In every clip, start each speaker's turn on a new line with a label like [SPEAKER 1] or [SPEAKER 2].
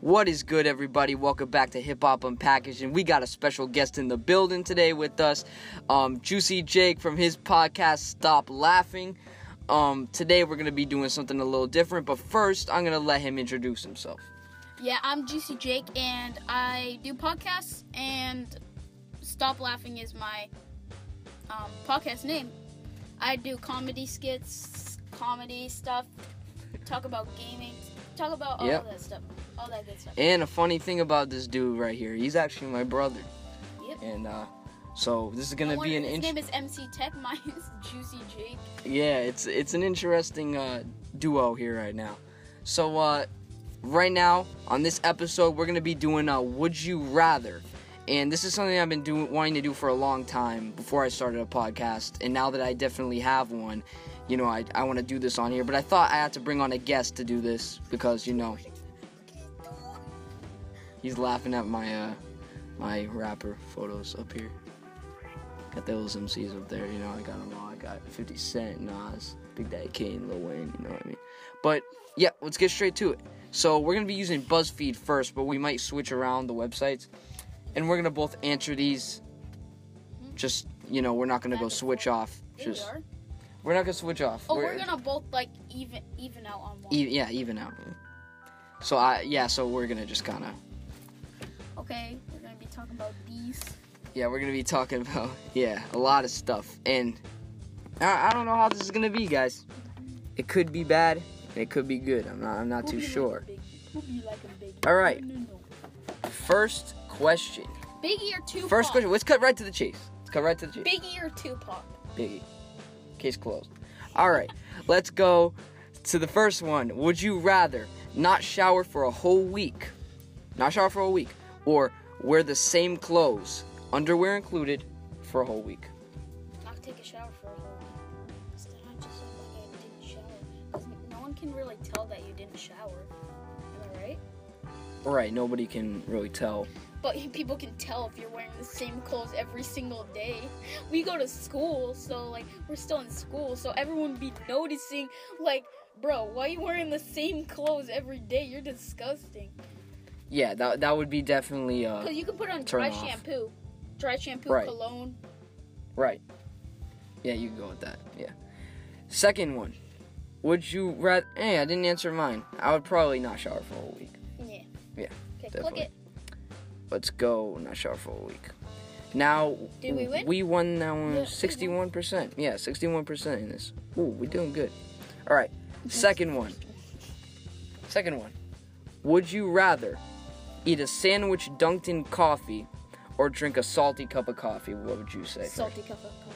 [SPEAKER 1] What is good, everybody? Welcome back to Hip Hop Unpackaged, and we got a special guest in the building today with us, um, Juicy Jake from his podcast Stop Laughing. Um, today we're gonna be doing something a little different, but first I'm gonna let him introduce himself.
[SPEAKER 2] Yeah, I'm Juicy Jake, and I do podcasts. And Stop Laughing is my um, podcast name. I do comedy skits, comedy stuff, talk about gaming, talk about all
[SPEAKER 1] Yep.
[SPEAKER 2] that stuff, all that good stuff.
[SPEAKER 1] And a funny thing about this dude right here, he's actually my brother,
[SPEAKER 2] Yep.
[SPEAKER 1] and uh, so this is gonna
[SPEAKER 2] No
[SPEAKER 1] be
[SPEAKER 2] wonder
[SPEAKER 1] an
[SPEAKER 2] his
[SPEAKER 1] int-
[SPEAKER 2] name is MC Tech. Mine is Juicy Jake.
[SPEAKER 1] yeah, it's it's an interesting uh, duo here right now. So uh, right now on this episode, we're gonna be doing uh, "Would You Rather," and this is something I've been doing wanting to do for a long time before I started a podcast, and now that I definitely have one, you know, I I want to do this on here. But I thought I had to bring on a guest to do this because you know he's laughing at my uh, my rapper photos up here. Got those MCs up there, you know, I got them all. I got 50 Cent, Nas, Big Daddy Kane, Lil Wayne, you know what I mean? But yeah, let's get straight to it. So we're gonna be using BuzzFeed first, but we might switch around the websites. And we're gonna both answer these. Just, you know, we're not gonna go switch off.
[SPEAKER 2] There we
[SPEAKER 1] Just
[SPEAKER 2] are.
[SPEAKER 1] we're not gonna switch off.
[SPEAKER 2] Oh, we're, gonna both like even even out on one.
[SPEAKER 1] e- yeah, even out. So I yeah, so we're gonna just kinda
[SPEAKER 2] okay, we're gonna be talking about these.
[SPEAKER 1] Yeah, we're gonna be talking about yeah a lot of stuff, and I, I don't know how this is gonna be, guys. It could be bad, and it could be good. I'm not I'm not too
[SPEAKER 2] Who be
[SPEAKER 1] sure.
[SPEAKER 2] Like a biggie? Who be like a biggie?
[SPEAKER 1] All right.
[SPEAKER 2] No, no, no.
[SPEAKER 1] First question.
[SPEAKER 2] Biggie or Tupac?
[SPEAKER 1] First question. Let's cut right to the chase. Let's cut right to the chase.
[SPEAKER 2] Biggie or Tupac?
[SPEAKER 1] Biggie. Case closed. All right, let's go to the first one. Would you rather not shower for a whole week, not shower for a week, or wear the same clothes, underwear included, for a whole week?
[SPEAKER 2] not take a shower for a whole week. So then I just look like I didn't shower. Because no one can really tell that you didn't shower. Am I right?
[SPEAKER 1] Right. Nobody can really tell
[SPEAKER 2] But people can tell if you're wearing the same clothes every single day. We go to school, so like we're still in school, so everyone be noticing like, bro, why you wearing the same clothes every day? You're disgusting.
[SPEAKER 1] Yeah, that, that would be definitely uh
[SPEAKER 2] Because you can put on
[SPEAKER 1] Turn
[SPEAKER 2] dry
[SPEAKER 1] off.
[SPEAKER 2] shampoo. Dry shampoo,
[SPEAKER 1] Right.
[SPEAKER 2] cologne.
[SPEAKER 1] right. Yeah, you can go with that. Yeah. Second one. Would you rather? Hey, I didn't answer mine. I would probably not shower for a whole week.
[SPEAKER 2] Yeah.
[SPEAKER 1] Yeah,
[SPEAKER 2] Okay, click
[SPEAKER 1] definitely.
[SPEAKER 2] it.
[SPEAKER 1] Let's go not shower for a week. Now
[SPEAKER 2] Did we win?
[SPEAKER 1] We won that
[SPEAKER 2] Yeah, we
[SPEAKER 1] one
[SPEAKER 2] won.
[SPEAKER 1] sixty-one percent. Yeah, sixty-one percent in this. Ooh, we're doing good. All right. Second one. Second one. Would you rather eat a sandwich dunked in coffee or drink a salty cup of coffee? What would you say?
[SPEAKER 2] Salty cup of coffee.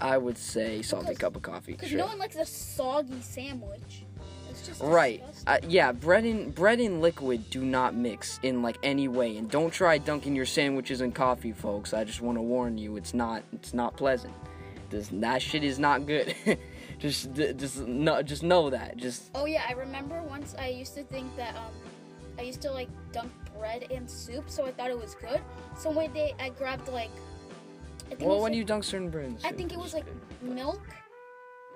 [SPEAKER 1] I would say salty
[SPEAKER 2] Because-
[SPEAKER 1] cup of coffee.
[SPEAKER 2] Because
[SPEAKER 1] Sure.
[SPEAKER 2] no one likes a soggy sandwich. It's just
[SPEAKER 1] right.
[SPEAKER 2] disgusting.
[SPEAKER 1] Uh, yeah, bread and bread and liquid do not mix in like any way, and don't try dunking your sandwiches in coffee, folks. I just want to warn you, it's not it's not pleasant. This that shit is not good. just th- just no just know that. Just
[SPEAKER 2] Oh yeah, I remember once I used to think that um, I used to like dunk bread in soup, so I thought it was good. So one day I grabbed like, I think it
[SPEAKER 1] well,
[SPEAKER 2] was,
[SPEAKER 1] when
[SPEAKER 2] like,
[SPEAKER 1] you dunk certain bread, in
[SPEAKER 2] I
[SPEAKER 1] soup,
[SPEAKER 2] think it
[SPEAKER 1] it's
[SPEAKER 2] was like
[SPEAKER 1] good.
[SPEAKER 2] milk.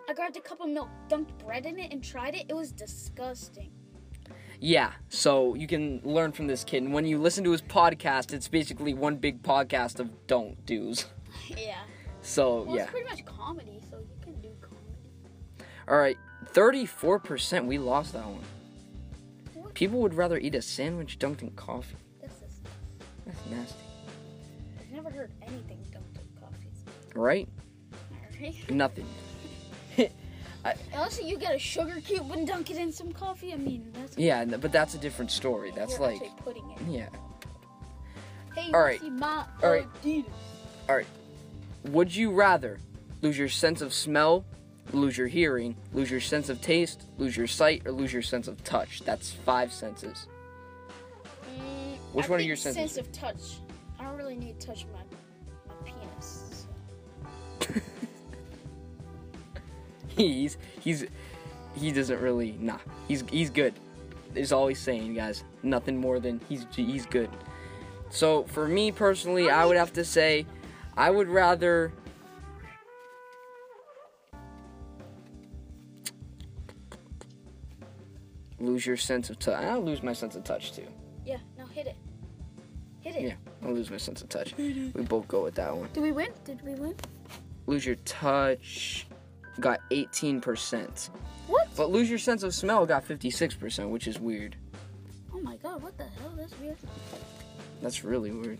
[SPEAKER 2] I grabbed a cup of milk, dunked bread in it, and tried it. It was disgusting.
[SPEAKER 1] Yeah, so you can learn from this kid. And when you listen to his podcast, it's basically one big podcast of don't do's.
[SPEAKER 2] Yeah.
[SPEAKER 1] So
[SPEAKER 2] Well,
[SPEAKER 1] yeah.
[SPEAKER 2] it's pretty much comedy, so you can do comedy.
[SPEAKER 1] All right, 34%. We lost that one.
[SPEAKER 2] What?
[SPEAKER 1] People would rather eat a sandwich dunked in coffee.
[SPEAKER 2] That's just,
[SPEAKER 1] That's nasty.
[SPEAKER 2] I've never heard anything dunked in coffee.
[SPEAKER 1] Right?
[SPEAKER 2] Alright.
[SPEAKER 1] Nothing.
[SPEAKER 2] Unless you get a sugar cube and dunk it in some coffee. I mean, that's
[SPEAKER 1] Yeah, and- but that's a different story. That's
[SPEAKER 2] you're
[SPEAKER 1] like,
[SPEAKER 2] actually putting it.
[SPEAKER 1] yeah.
[SPEAKER 2] Hey,
[SPEAKER 1] All right.
[SPEAKER 2] you see my
[SPEAKER 1] All right.
[SPEAKER 2] Adidas.
[SPEAKER 1] Would you rather lose your sense of smell, lose your hearing, lose your sense of taste, lose your sight, or lose your sense of touch? That's five senses.
[SPEAKER 2] Mm,
[SPEAKER 1] Which
[SPEAKER 2] I
[SPEAKER 1] one of
[SPEAKER 2] think
[SPEAKER 1] your senses?
[SPEAKER 2] Sense of touch. I don't really need to touch my, my penis.
[SPEAKER 1] he's he's he doesn't really nah. He's he's good. Is all he's saying, guys. Nothing more than he's he's good. So for me personally, I would have to say, I would rather. Lose your sense of touch. I lose my sense of touch too.
[SPEAKER 2] Yeah, Hit it. Hit it.
[SPEAKER 1] Yeah. I lose my sense of touch. We both go with that one.
[SPEAKER 2] Did we win? Did we win?
[SPEAKER 1] Lose your touch. Got 18%.
[SPEAKER 2] What?
[SPEAKER 1] But lose your sense of smell got 56%, which is weird.
[SPEAKER 2] Oh my god, what the hell? That's weird.
[SPEAKER 1] That's really weird.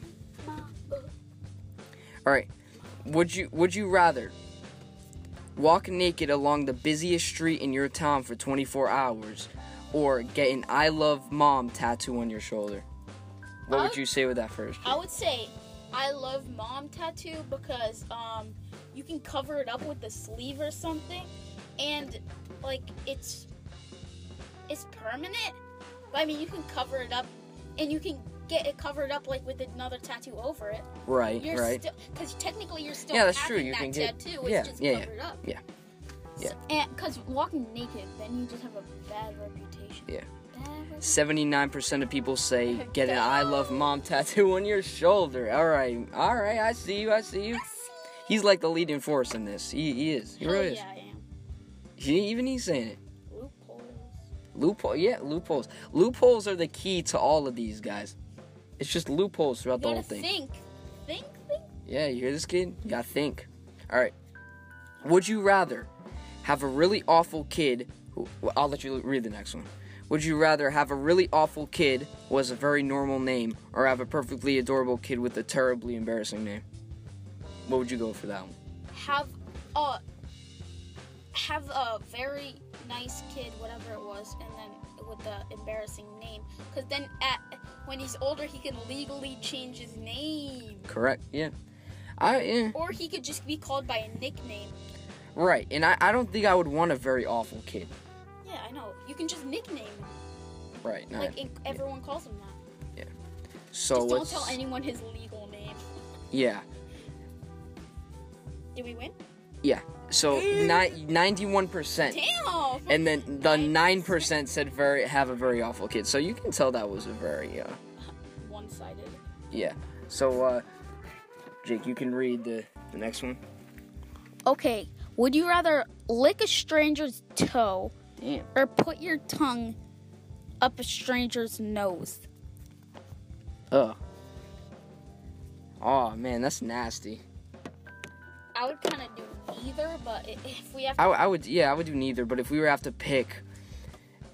[SPEAKER 1] All right. Would you would you rather walk naked along the busiest street in your town for 24 hours or get an I love mom tattoo on your shoulder? What would
[SPEAKER 2] I-
[SPEAKER 1] you say with that first?
[SPEAKER 2] I would say I love mom tattoo because um you can cover it up with a sleeve or something and like it's it's permanent. I mean you can cover it up and you can get it covered up like with another tattoo over it.
[SPEAKER 1] right,
[SPEAKER 2] You're
[SPEAKER 1] right.
[SPEAKER 2] still because technically you're still
[SPEAKER 1] Yeah, that's
[SPEAKER 2] having
[SPEAKER 1] true. You
[SPEAKER 2] that
[SPEAKER 1] can get-
[SPEAKER 2] tattoo. It's
[SPEAKER 1] yeah,
[SPEAKER 2] just
[SPEAKER 1] yeah, yeah,
[SPEAKER 2] covered up.
[SPEAKER 1] yeah. Yeah.
[SPEAKER 2] because walking naked, then you just have a bad reputation.
[SPEAKER 1] Yeah.
[SPEAKER 2] Bad reputation.
[SPEAKER 1] 79% of people say get an I love mom tattoo on your shoulder. All right. All right. I see you. I see you. He's like the leading force in this. He, he is. He
[SPEAKER 2] Hell
[SPEAKER 1] really is.
[SPEAKER 2] yeah, I am.
[SPEAKER 1] He, even he's saying it.
[SPEAKER 2] Loopholes.
[SPEAKER 1] Loophole, yeah, loopholes. Loopholes are the key to all of these guys. It's just loopholes
[SPEAKER 2] You
[SPEAKER 1] throughout the
[SPEAKER 2] gotta
[SPEAKER 1] whole thing.
[SPEAKER 2] think, think, think.
[SPEAKER 1] Yeah, you hear this kid? You gotta think. All right. Would you rather have a really awful kid? Who, well, I'll let you read the next one. Would you rather have a really awful kid who has a very normal name, or have a perfectly adorable kid with a terribly embarrassing name? What would you go for that one?
[SPEAKER 2] Have a have a very nice kid, whatever it was, and then with the embarrassing name, because then at when he's older, he can legally change his name,
[SPEAKER 1] Correct. Yeah. I yeah.
[SPEAKER 2] or he could just be called by a nickname.
[SPEAKER 1] Right. And I, I don't think I would want a very awful kid.
[SPEAKER 2] Yeah, I know. You can just nickname him.
[SPEAKER 1] Right. No.
[SPEAKER 2] Like it, everyone calls him that.
[SPEAKER 1] so
[SPEAKER 2] just don't
[SPEAKER 1] it's-
[SPEAKER 2] tell anyone his legal name.
[SPEAKER 1] Yeah.
[SPEAKER 2] Did we win?
[SPEAKER 1] So ni- 91%.
[SPEAKER 2] Damn.
[SPEAKER 1] And then the 9% said very have a very awful kid. So you can tell that was a very uh
[SPEAKER 2] One-sided.
[SPEAKER 1] yeah. So uh Jake, you can read the the next one.
[SPEAKER 2] Okay. Would you rather lick a stranger's toe
[SPEAKER 1] Damn.
[SPEAKER 2] or put your tongue up a stranger's nose?
[SPEAKER 1] Ugh. Oh man, that's nasty.
[SPEAKER 2] I would kind of do either, but i- if we have
[SPEAKER 1] I, I would yeah, I would do neither, but if we were to have to pick,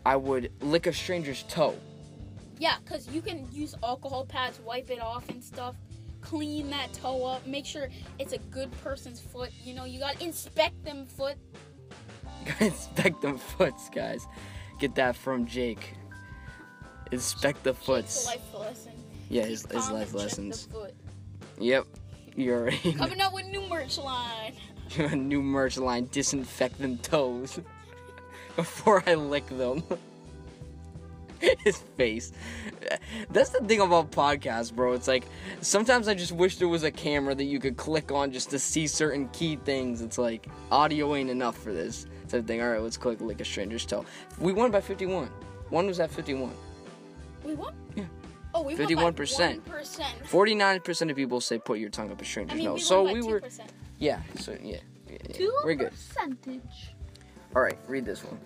[SPEAKER 1] I would lick a stranger's toe.
[SPEAKER 2] yeah, because you can use alcohol pads, wipe it off and stuff. Clean that toe up. Make sure it's a good person's foot. You know, you gotta inspect them foot.
[SPEAKER 1] Inspect them foots, guys. Get that from Jake. Inspect the
[SPEAKER 2] It's
[SPEAKER 1] foots.
[SPEAKER 2] a life lesson.
[SPEAKER 1] Yeah,
[SPEAKER 2] Keep
[SPEAKER 1] his,
[SPEAKER 2] calm
[SPEAKER 1] his
[SPEAKER 2] and check
[SPEAKER 1] life
[SPEAKER 2] the
[SPEAKER 1] lessons.
[SPEAKER 2] foot.
[SPEAKER 1] Yep. You already know.
[SPEAKER 2] Coming up with new merch line.
[SPEAKER 1] A new merch line, disinfect them toes before I lick them. His face. That's the thing about podcasts, bro. It's like sometimes I just wish there was a camera that you could click on just to see certain key things. It's like audio ain't enough for this type of thing. All right, let's click lick a stranger's toe. We won by 51. One was at 51.
[SPEAKER 2] We won?
[SPEAKER 1] Yeah.
[SPEAKER 2] Oh, we won.
[SPEAKER 1] 51%.
[SPEAKER 2] 1%.
[SPEAKER 1] 49% of people say put your tongue up a
[SPEAKER 2] I
[SPEAKER 1] stranger's
[SPEAKER 2] mean, we
[SPEAKER 1] nose.
[SPEAKER 2] won
[SPEAKER 1] so
[SPEAKER 2] by
[SPEAKER 1] we
[SPEAKER 2] 2%.
[SPEAKER 1] were, yeah. So yeah, yeah, yeah.
[SPEAKER 2] Two
[SPEAKER 1] we're good.
[SPEAKER 2] percentage.
[SPEAKER 1] All right, read this one.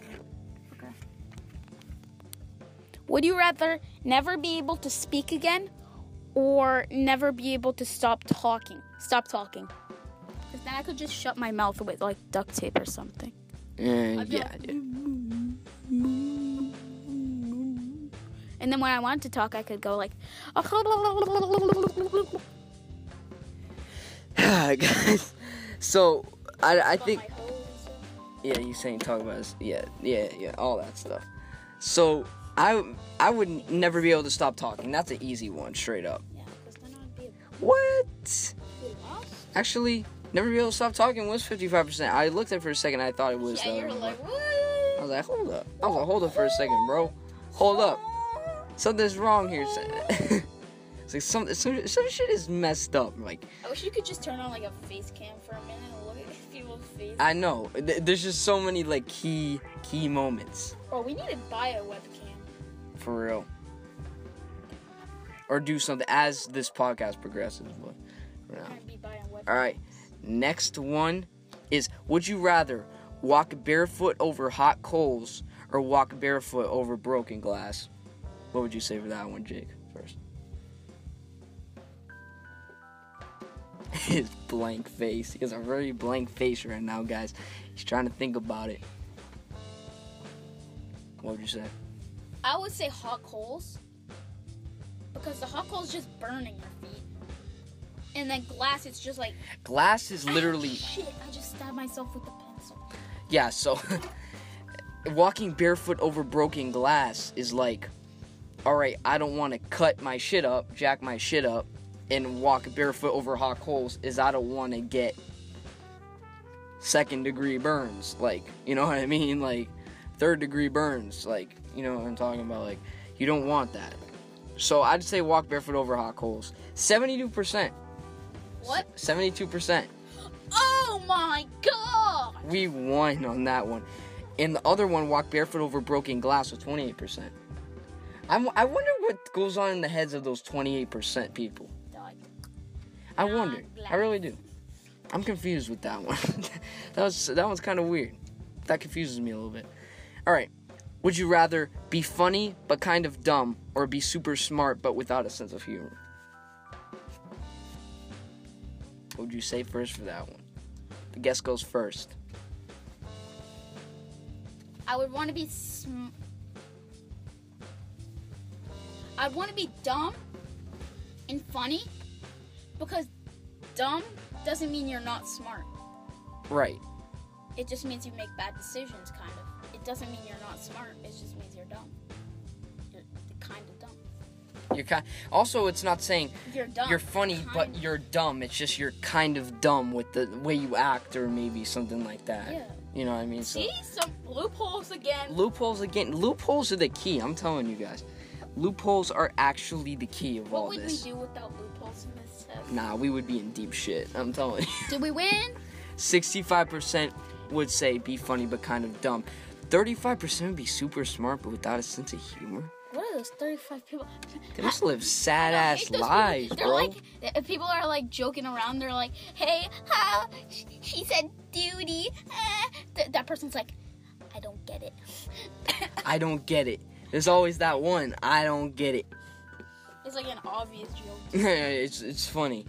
[SPEAKER 2] Would you rather never be able to speak again or never be able to stop talking? Stop talking. Because then I could just shut my mouth with like duct tape or something.
[SPEAKER 1] Uh,
[SPEAKER 2] I'd be
[SPEAKER 1] yeah,
[SPEAKER 2] like,
[SPEAKER 1] yeah.
[SPEAKER 2] And then when I wanted to talk, I could go like.
[SPEAKER 1] guys. So I, I
[SPEAKER 2] But
[SPEAKER 1] think
[SPEAKER 2] my holes are-
[SPEAKER 1] yeah, you saying talk about us, yeah, yeah, yeah, all that stuff. So I I would never be able to stop talking. That's an easy one, straight up.
[SPEAKER 2] Yeah, because then I'd be a
[SPEAKER 1] What?
[SPEAKER 2] bit lost.
[SPEAKER 1] Actually, never be able to stop talking was fifty five percent. I looked at it for a second. I thought it was. the
[SPEAKER 2] Yeah,
[SPEAKER 1] other
[SPEAKER 2] you're
[SPEAKER 1] one.
[SPEAKER 2] like, what?
[SPEAKER 1] I was like, hold up. I was like, hold up for a second, bro. Hold up. Something's wrong here. it's like some some some shit is messed up. Like
[SPEAKER 2] I wish you could just turn on like a face cam for a minute and look at people's face.
[SPEAKER 1] I know. Th- There's just so many like key key moments
[SPEAKER 2] Or we need to buy a webcam.
[SPEAKER 1] for real. Or do something as this podcast progresses. But for
[SPEAKER 2] I'm
[SPEAKER 1] now.
[SPEAKER 2] gonna be buying a webcam.
[SPEAKER 1] All right. Next one is: Would you rather walk barefoot over hot coals or walk barefoot over broken glass? What would you say for that one, Jake? First. his blank face. He has a very blank face right now, guys. He's trying to think about it. What would you say?
[SPEAKER 2] I would say hot coals. Because the hot coals just burning your feet. And then glass, it's just like ah,
[SPEAKER 1] Glass is literally
[SPEAKER 2] shit, I just stabbed myself with the pencil.
[SPEAKER 1] yeah. So walking barefoot over broken glass is like, all right, I don't want to cut my shit up, jack my shit up, and walk barefoot over hot coals. Is I don't want to get second degree burns. Like you know what I mean? Like third degree burns. Like you know what I'm talking about? Like you don't want that. So I'd say walk barefoot over hot coals. Seventy-two percent.
[SPEAKER 2] What?
[SPEAKER 1] Seventy-two percent.
[SPEAKER 2] Oh my god!
[SPEAKER 1] We won on that one. And the other one walked barefoot over broken glass with 28%. I'm, I wonder what goes on in the heads of those 28% people.
[SPEAKER 2] Died.
[SPEAKER 1] I wonder. I really do. I'm confused with that one. that was that one's kind of weird. That confuses me a little bit. All right. Would you rather be funny but kind of dumb or be super smart but without a sense of humor? What would you say first for that one? The guess goes first.
[SPEAKER 2] I would want to be sm- I'd want to be dumb and funny because dumb doesn't mean you're not smart.
[SPEAKER 1] Right.
[SPEAKER 2] It just means you make bad decisions, kind of. It doesn't mean you're not smart. It just means you're dumb. You're kind of dumb.
[SPEAKER 1] You're kind. Also, it's not saying
[SPEAKER 2] You're dumb.
[SPEAKER 1] you're funny, but
[SPEAKER 2] Kind-
[SPEAKER 1] you're dumb. It's just you're kind of dumb with the way you act, or maybe something like that.
[SPEAKER 2] Yeah.
[SPEAKER 1] You know what I mean? So
[SPEAKER 2] See some loopholes again.
[SPEAKER 1] loopholes again. Loopholes are the key. I'm telling you guys, loopholes are actually the key of all
[SPEAKER 2] What would
[SPEAKER 1] this.
[SPEAKER 2] we do without loopholes in this test?
[SPEAKER 1] Nah, we would be in deep shit. I'm telling you.
[SPEAKER 2] Did we win?
[SPEAKER 1] 65% would say be funny but kind of dumb. 35% would be super smart but without a sense of humor.
[SPEAKER 2] What are those 35 people?
[SPEAKER 1] They must live sad
[SPEAKER 2] No,
[SPEAKER 1] ass
[SPEAKER 2] make those
[SPEAKER 1] lives,
[SPEAKER 2] people, they're
[SPEAKER 1] bro.
[SPEAKER 2] like if people are like joking around they're like hey how she, she said duty eh." Th- that person's like i don't get it
[SPEAKER 1] I don't get it. There's always that one. I don't get it.
[SPEAKER 2] it's like an obvious joke
[SPEAKER 1] it's it's funny.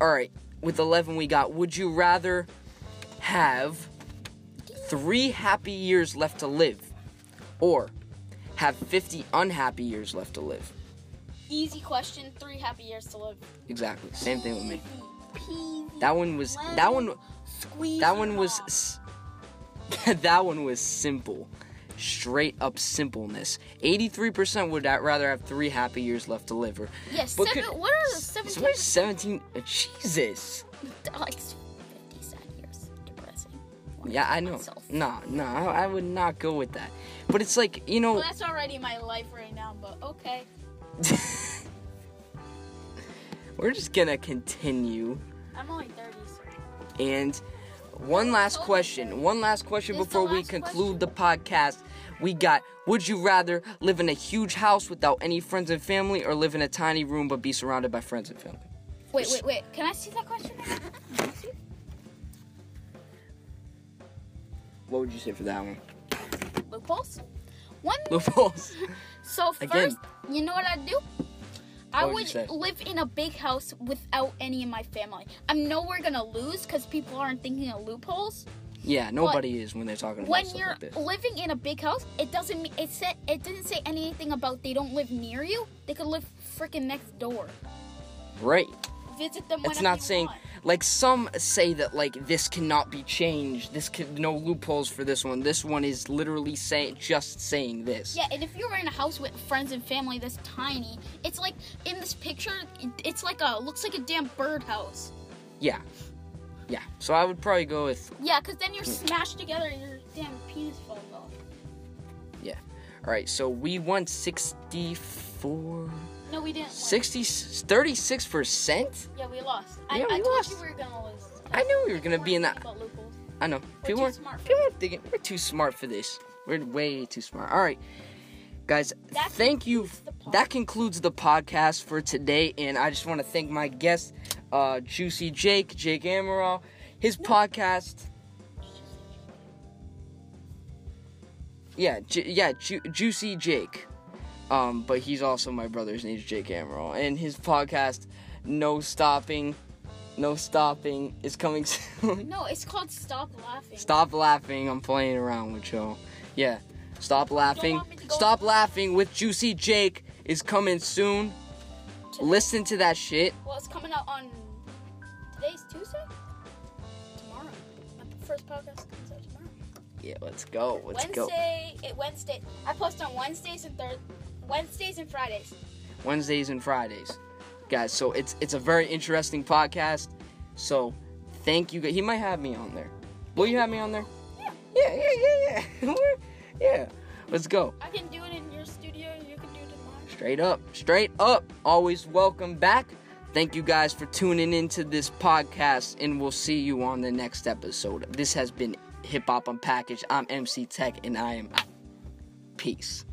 [SPEAKER 1] All right, with eleven we got. Would you rather have three happy years left to live, or have fifty unhappy years left to live?
[SPEAKER 2] easy question three happy years to live
[SPEAKER 1] Exactly, same thing with me.
[SPEAKER 2] Easy peasy,
[SPEAKER 1] That one was that one
[SPEAKER 2] squeezy
[SPEAKER 1] that one was
[SPEAKER 2] rock.
[SPEAKER 1] s- that one was simple, straight up simpleness. Eighty-three percent would a- rather have three happy years left to live, or
[SPEAKER 2] yeah
[SPEAKER 1] but
[SPEAKER 2] seven,
[SPEAKER 1] could-
[SPEAKER 2] what are the
[SPEAKER 1] It's
[SPEAKER 2] 17
[SPEAKER 1] only seventeen. Jesus.
[SPEAKER 2] like 50 sad years depressing
[SPEAKER 1] Yeah, I know.
[SPEAKER 2] Myself.
[SPEAKER 1] Nah, nah, I I would not go with that. But it's like, you know,
[SPEAKER 2] well that's already my life right now but okay
[SPEAKER 1] we're just gonna continue.
[SPEAKER 2] i'm only 30 so
[SPEAKER 1] And one last question. One last question
[SPEAKER 2] It's the
[SPEAKER 1] before we
[SPEAKER 2] last
[SPEAKER 1] conclude the podcast. We got Would you rather live in a huge house without any friends and family or live in a tiny room but be surrounded by friends and family?
[SPEAKER 2] Wait, wait, wait. Can I see that question?
[SPEAKER 1] What would you say for that one?
[SPEAKER 2] Loopholes. One.
[SPEAKER 1] Loopholes.
[SPEAKER 2] So first,
[SPEAKER 1] Again.
[SPEAKER 2] you know what I'd do? I
[SPEAKER 1] would you
[SPEAKER 2] would
[SPEAKER 1] say?
[SPEAKER 2] live in a big house without any of my family. I know we're gonna lose because people aren't thinking of loopholes.
[SPEAKER 1] Yeah, nobody is when they're talking about
[SPEAKER 2] When
[SPEAKER 1] stuff
[SPEAKER 2] you're
[SPEAKER 1] like this.
[SPEAKER 2] living in a big house, it doesn't mean it said it didn't say anything about they don't live near you. They could live freaking next door.
[SPEAKER 1] Right.
[SPEAKER 2] Visit them.
[SPEAKER 1] It's
[SPEAKER 2] whenever
[SPEAKER 1] not
[SPEAKER 2] you
[SPEAKER 1] saying
[SPEAKER 2] want.
[SPEAKER 1] like some say that like this cannot be changed. This could no loopholes for this one. This one is literally saying just saying this.
[SPEAKER 2] Yeah, and if you were in a house with friends and family that's tiny, it's like in this picture, it's like a looks like a damn birdhouse.
[SPEAKER 1] Yeah. Yeah. So I would probably go with
[SPEAKER 2] Yeah, because then you're smashed together and your damn penis falls off.
[SPEAKER 1] yeah. All right. So we won 64
[SPEAKER 2] No, we didn't. Win.
[SPEAKER 1] 60 36%?
[SPEAKER 2] Yeah, we lost. I,
[SPEAKER 1] Yeah,
[SPEAKER 2] I
[SPEAKER 1] we
[SPEAKER 2] told
[SPEAKER 1] lost.
[SPEAKER 2] you we were gonna lose.
[SPEAKER 1] I knew we were gonna be in that-
[SPEAKER 2] About loopholes.
[SPEAKER 1] I know.
[SPEAKER 2] We're
[SPEAKER 1] People
[SPEAKER 2] too
[SPEAKER 1] aren't,
[SPEAKER 2] smart for
[SPEAKER 1] people aren't thinking we're too smart for this. We're way too smart. All right. Guys,
[SPEAKER 2] That
[SPEAKER 1] thank you.
[SPEAKER 2] concludes the pod-
[SPEAKER 1] That concludes the podcast for today, and I just want to thank my guest, uh, Juicy Jake, Jake Amaral, his podcast. Yeah, J- yeah, Ju- Juicy Jake. Um, but he's also my brother. His name's Jake Amaral, and his podcast, No Stopping No stopping is coming soon.
[SPEAKER 2] No, it's called Stop Laughing.
[SPEAKER 1] Stop laughing. I'm playing around with y'all. Yeah. Stop laughing.
[SPEAKER 2] want me to go-
[SPEAKER 1] Stop laughing with Juicy Jake is coming soon.
[SPEAKER 2] Today-
[SPEAKER 1] Listen to that shit.
[SPEAKER 2] Well, it's coming out on today's Tuesday? Tomorrow. My first podcast comes out tomorrow.
[SPEAKER 1] Yeah, let's go. Let's go.
[SPEAKER 2] Wednesday, it Wednesday. I post on Wednesdays and Thursdays. Wednesdays and Fridays.
[SPEAKER 1] Wednesdays and Fridays. Guys, so it's it's a very interesting podcast. So thank you. guys. He might have me on there. Will you have me on there?
[SPEAKER 2] Yeah.
[SPEAKER 1] Yeah, yeah, yeah, yeah. We're- yeah. Let's go.
[SPEAKER 2] I can do it in your studio. You can do it in mine.
[SPEAKER 1] Straight up. Straight up. Always welcome back. Thank you guys for tuning into this podcast, and we'll see you on the next episode. This has been Hip Hop Unpackaged. I'm MC Tech, and I am out. Peace.